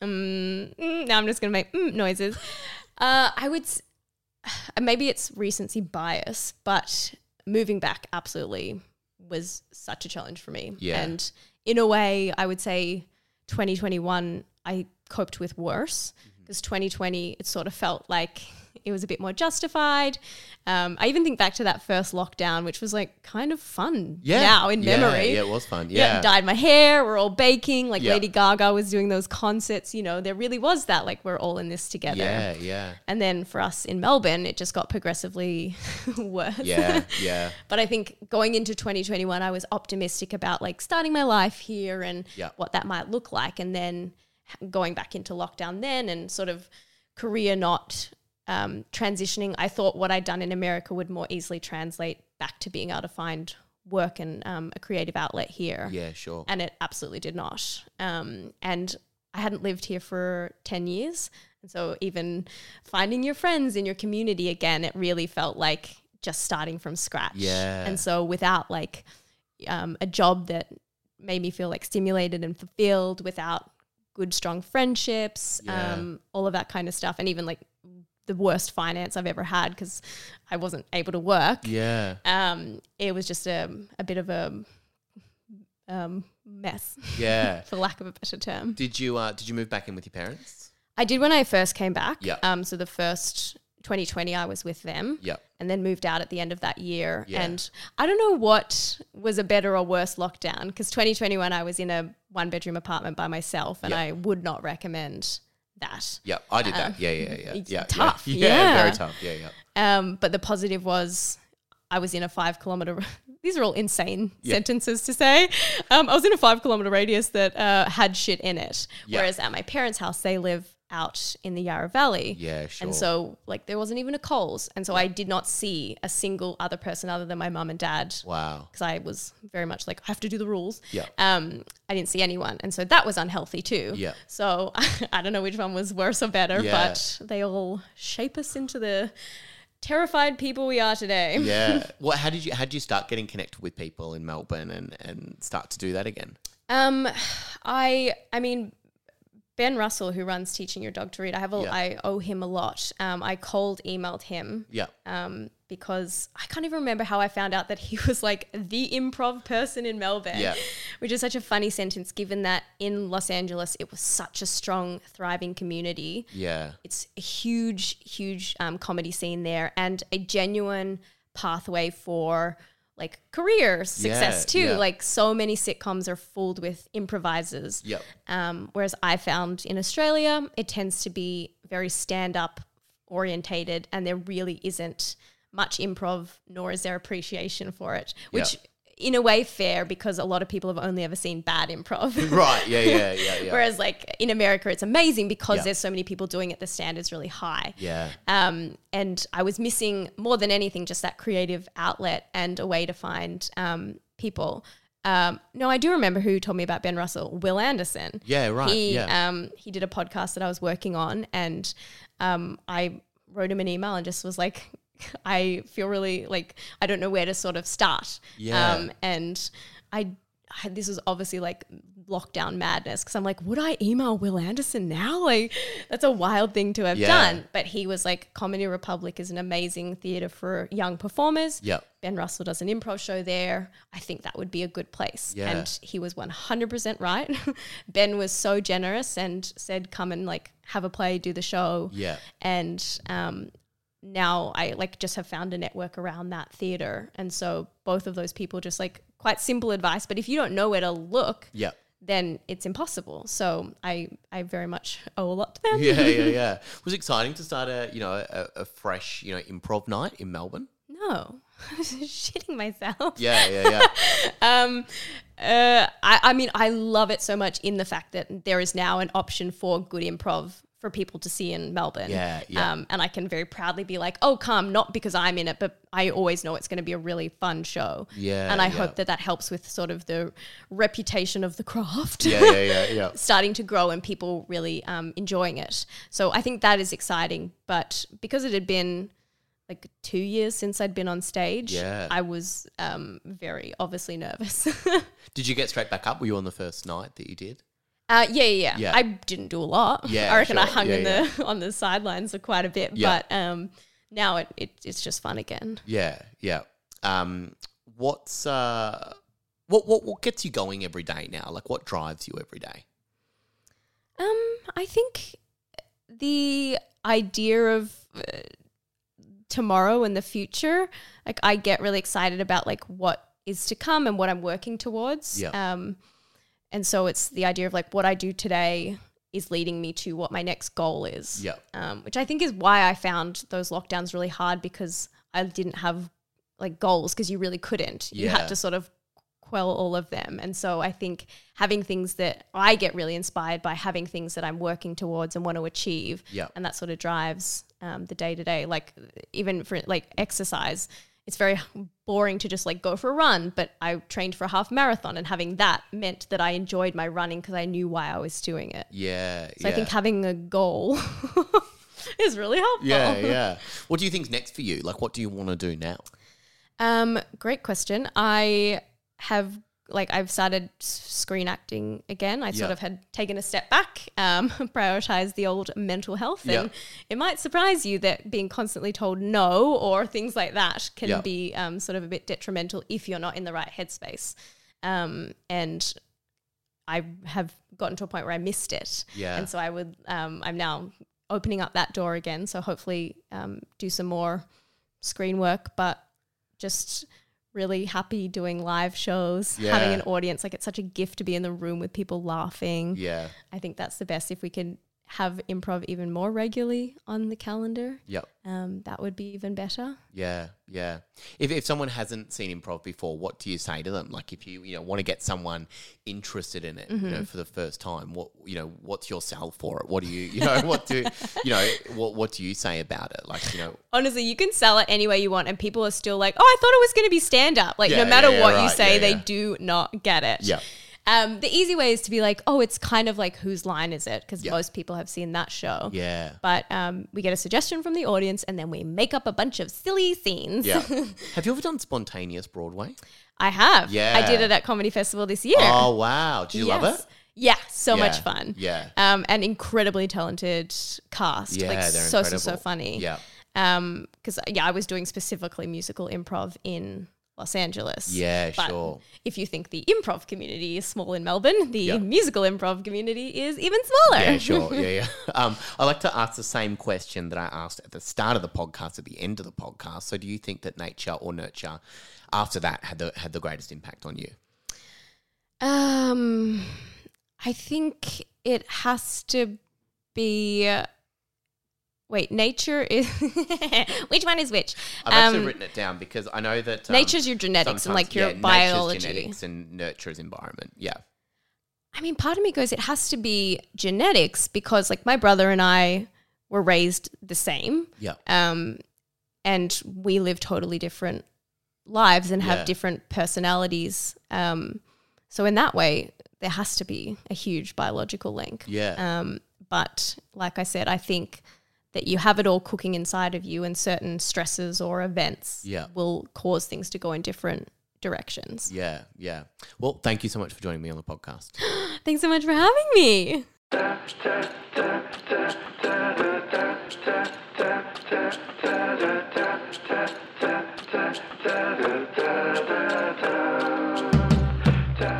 S2: um, mm, now I'm just gonna make mm noises. Uh, I would, s- and maybe it's recency bias, but moving back absolutely was such a challenge for me.
S1: Yeah.
S2: and in a way, I would say 2021 I coped with worse
S1: Mm-hmm.
S2: because 2020 it sort of felt like it was a bit more justified. Um, I even think back to that first lockdown, which was like kind of fun now in
S1: Yeah,
S2: memory.
S1: Yeah, it was fun.
S2: Yeah,
S1: Yeah.
S2: dyed my hair. We're all baking. Like
S1: Yeah.
S2: Lady Gaga was doing those concerts. You know, there really was that. Like we're all in this together.
S1: yeah, yeah.
S2: And then for us in Melbourne, it just got progressively worse.
S1: Yeah, yeah.
S2: But I think going into 2021, I was optimistic about like starting my life here and
S1: Yeah.
S2: what that might look like. And then h- going back into lockdown then and sort of career not um, transitioning. I thought what I'd done in America would more easily translate back to being able to find work and um, a creative outlet here.
S1: Yeah, sure.
S2: And it absolutely did not. Um, and I hadn't lived here for 10 years. And so even finding your friends in your community again, it really felt like just starting from scratch.
S1: Yeah.
S2: And so without like um, a job that made me feel like stimulated and fulfilled, without good, strong friendships,
S1: Yeah.
S2: um, all of that kind of stuff. And even like the worst finance I've ever had because I wasn't able to work
S1: yeah.
S2: um, it was just a, a bit of a um, mess,
S1: Yeah.
S2: for lack of a better term.
S1: Did you uh did you move back in with your parents?
S2: I did when I first came back.
S1: Yeah.
S2: Um, so the first 2020, I was with them.
S1: Yep.
S2: And then moved out at the end of that year.
S1: Yeah.
S2: And I don't know what was a better or worse lockdown because 2021, I was in a one bedroom apartment by myself and
S1: Yeah.
S2: I would not recommend that.
S1: Yeah, I did that. Yeah, yeah, yeah.
S2: Uh, it's
S1: yeah,
S2: tough,
S1: Yeah.
S2: yeah.
S1: very tough. Yeah, yeah.
S2: Um, but the positive was I was in a five kilometer. These are all insane sentences to say. Um, I was in a five kilometer radius that uh, had shit in it.
S1: Yeah.
S2: Whereas at my parents' house, they live out in the Yarra Valley.
S1: Yeah, sure.
S2: And so, like, there wasn't even a Coles, and so I did not see a single other person other than my mum and dad
S1: Wow.
S2: because I was very much like I have to do the rules.
S1: Yeah.
S2: Um, I didn't see anyone, and so that was unhealthy too.
S1: Yeah.
S2: So I don't know which one was worse or better,
S1: Yeah.
S2: but they all shape us into the terrified people we are today.
S1: Yeah. Well, how did you how did you start getting connected with people in Melbourne and and start to do that again?
S2: Um, I I mean Ben Russell, who runs Teaching Your Dog to Read, I have a,
S1: Yeah.
S2: I owe him a lot. Um, I cold emailed him
S1: Yeah.
S2: um, because I can't even remember how I found out that he was like the improv person in Melbourne,
S1: Yeah.
S2: which is such a funny sentence given that in Los Angeles it was such a strong, thriving community.
S1: Yeah.
S2: It's a huge, huge um, comedy scene there and a genuine pathway for like career success
S1: Yeah,
S2: too.
S1: yeah.
S2: Like so many sitcoms are filled with improvisers.
S1: Yep.
S2: Um, whereas I found in Australia, it tends to be very stand up orientated, and there really isn't much improv, nor is there appreciation for it, which in a way fair because a lot of people have only ever seen bad improv.
S1: Right. Yeah. Yeah. Yeah. Yeah.
S2: Whereas, like in America, it's amazing because
S1: Yeah.
S2: there's so many people doing it. The standard's really high.
S1: yeah.
S2: Um, and I was missing more than anything just that creative outlet and a way to find um, people. Um, no, I do remember who told me about Ben Russell, Will Anderson.
S1: Yeah, right,
S2: He,
S1: yeah.
S2: um, he did a podcast that I was working on, and um, I wrote him an email and just was like, I feel really like I don't know where to sort of start.
S1: Yeah.
S2: Um, and I, I this was obviously like lockdown madness because I'm like, would I email Will Anderson now? Like, that's a wild thing to have
S1: Yeah.
S2: done. But he was like, Comedy Republic is an amazing theater for young performers.
S1: Yep.
S2: Ben Russell does an improv show there. I think that would be a good place.
S1: Yeah.
S2: And he was 100% right. ben was so generous and said, come and like have a play, do the show.
S1: Yeah.
S2: And um, now I like just have found a network around that theater. And so both of those people just like quite simple advice. But if you don't know where to look,
S1: Yeah.
S2: then it's impossible. So I, I very much owe a lot to them.
S1: Yeah, yeah, yeah. It was exciting to start a, you know, a, a fresh, you know, improv night in Melbourne.
S2: No, I was shitting myself.
S1: Yeah, yeah, yeah.
S2: um, uh, I, I mean, I love it so much in the fact that there is now an option for good improv for people to see in Melbourne.
S1: Yeah, yeah.
S2: Um, and I can very proudly be like, oh, come, not because I'm in it, but I always know it's going to be a really fun show.
S1: Yeah,
S2: And I
S1: yeah.
S2: hope that that helps with sort of the reputation of the craft.
S1: Yeah, yeah, yeah, yeah.
S2: starting to grow and people really um, enjoying it. So I think that is exciting. But because it had been like two years since I'd been on stage,
S1: Yeah.
S2: I was um, very obviously nervous.
S1: Did you get straight back up? Were you on the first night that you did?
S2: Uh, yeah, yeah, yeah,
S1: Yeah.
S2: I didn't do a lot.
S1: Yeah,
S2: I reckon I
S1: sure.
S2: hung
S1: Yeah,
S2: in the on the sidelines for quite a bit,
S1: Yeah.
S2: but um, now it, it it's just fun again.
S1: Yeah, yeah. Um, what's uh, what what what gets you going every day now? Like, what drives you every day?
S2: Um, I think the idea of uh, tomorrow and the future, like I get really excited about like what is to come and what I'm working towards.
S1: Yeah.
S2: Um, and so it's the idea of like what I do today is leading me to what my next goal is.
S1: Yeah.
S2: Um, which I think is why I found those lockdowns really hard because I didn't have like goals because you really couldn't. You
S1: Yeah.
S2: had to sort of quell all of them. And so I think having things that I get really inspired by having things that I'm working towards and want to achieve.
S1: Yeah.
S2: And that sort of drives um, the day to day. Like even for like exercise, it's very boring to just like go for a run, but I trained for a half marathon and having that meant that I enjoyed my running because I knew why I was doing it.
S1: Yeah,
S2: So
S1: yeah.
S2: I think having a goal is really helpful.
S1: yeah, yeah. What do you think's next for you? Like, what do you want to do now?
S2: Um, great question. I have like I've started s- screen acting again. I sort
S1: Yeah.
S2: of had taken a step back, um, prioritized the old mental health, and
S1: Yeah.
S2: it might surprise you that being constantly told no or things like that can
S1: Yeah.
S2: be um, sort of a bit detrimental if you're not in the right headspace. Um, and I have gotten to a point where I missed it.
S1: Yeah.
S2: And so I would, um, I'm now opening up that door again. So hopefully um, do some more screen work, but just really happy doing live shows, having
S1: Yeah.
S2: an audience. Like it's such a gift to be in the room with people laughing.
S1: Yeah,
S2: I think that's the best. If we can have improv even more regularly on the calendar,
S1: yeah,
S2: um, that would be even better.
S1: yeah, yeah. If if someone hasn't seen improv before, what do you say to them? Like, if you you know want to get someone interested in it,
S2: Mm-hmm.
S1: you know, for the first time, what you know, what's your sell for it? What do you you know what do you know what what do you say about it? Like, you know,
S2: honestly, you can sell it any way you want, and people are still like, "Oh, I thought it was going to be stand up." Like,
S1: Yeah,
S2: no matter
S1: yeah, yeah,
S2: what you
S1: right,
S2: say,
S1: yeah,
S2: they
S1: yeah.
S2: do not get it.
S1: Yeah.
S2: Um, the easy way is to be like, oh, it's kind of like whose line is it? Because
S1: Yeah.
S2: most people have seen that show.
S1: Yeah.
S2: But um, we get a suggestion from the audience, and then we make up a bunch of silly scenes.
S1: Yeah. Have you ever done spontaneous Broadway?
S2: I have.
S1: Yeah.
S2: I did it at Comedy Festival this year.
S1: Oh wow! Did you love
S2: Yes.
S1: it?
S2: Yeah, so
S1: Yeah.
S2: much fun.
S1: Yeah.
S2: Um, and incredibly talented cast.
S1: Yeah,
S2: like
S1: they're
S2: so
S1: incredible.
S2: so so funny.
S1: Yeah.
S2: Um, because yeah, I was doing specifically musical improv in Los Angeles.
S1: Yeah,
S2: But
S1: sure.
S2: If you think the improv community is small in Melbourne, the
S1: Yeah.
S2: musical improv community is even smaller.
S1: Yeah, sure. Yeah, yeah. Um, I like to ask the same question that I asked at the start of the podcast, at the end of the podcast. So, do you think that nature or nurture, after that, had the had the greatest impact on you?
S2: Um, I think it has to be. uh, Wait, nature is which one is which?
S1: I've
S2: Um,
S1: actually Oh, written it down because I know that um,
S2: nature's your genetics and,
S1: sometimes-
S2: like, your
S1: nature's
S2: biology.
S1: genetics and nurture's environment. Yeah,
S2: I mean, part of me goes, it has to be genetics because, like, my brother and I were raised the same,
S1: yeah,
S2: um, and we live totally different lives and
S1: Yeah.
S2: have different personalities. Um, so, in that way, there has to be a huge biological link.
S1: yeah,
S2: Um, but, like I said, I think that you have it all cooking inside of you, and certain stresses or events
S1: Yeah.
S2: will cause things to go in different directions.
S1: yeah, yeah. Well, thank you so much for joining me on the podcast.
S2: Thanks so much for having me.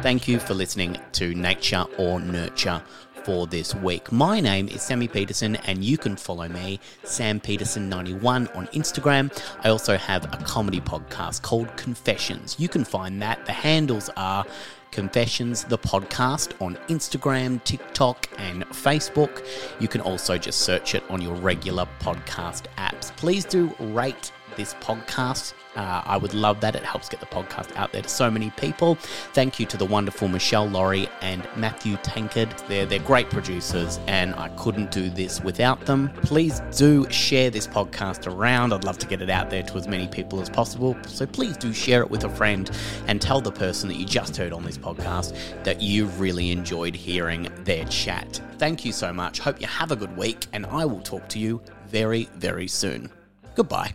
S1: Thank you for listening to Nature or Nurture for this week. My name is Sammy Peterson, and you can follow me, Sam Peterson91, on Instagram. I also have a comedy podcast called Confessions. You can find that. The handles are Confessions, the podcast on Instagram, TikTok, and Facebook. You can also just search it on your regular podcast apps. Please do rate this podcast. Uh, I would love that. It helps get the podcast out there to so many people. Thank you to the wonderful Michelle Laurie and Matthew Tankard. They're, they're great producers, and I couldn't do this without them. Please do share this podcast around. I'd love to get it out there to as many people as possible. So please do share it with a friend and tell the person that you just heard on this podcast that you really enjoyed hearing their chat. Thank you so much. Hope you have a good week, and I will talk to you very, very soon. Goodbye.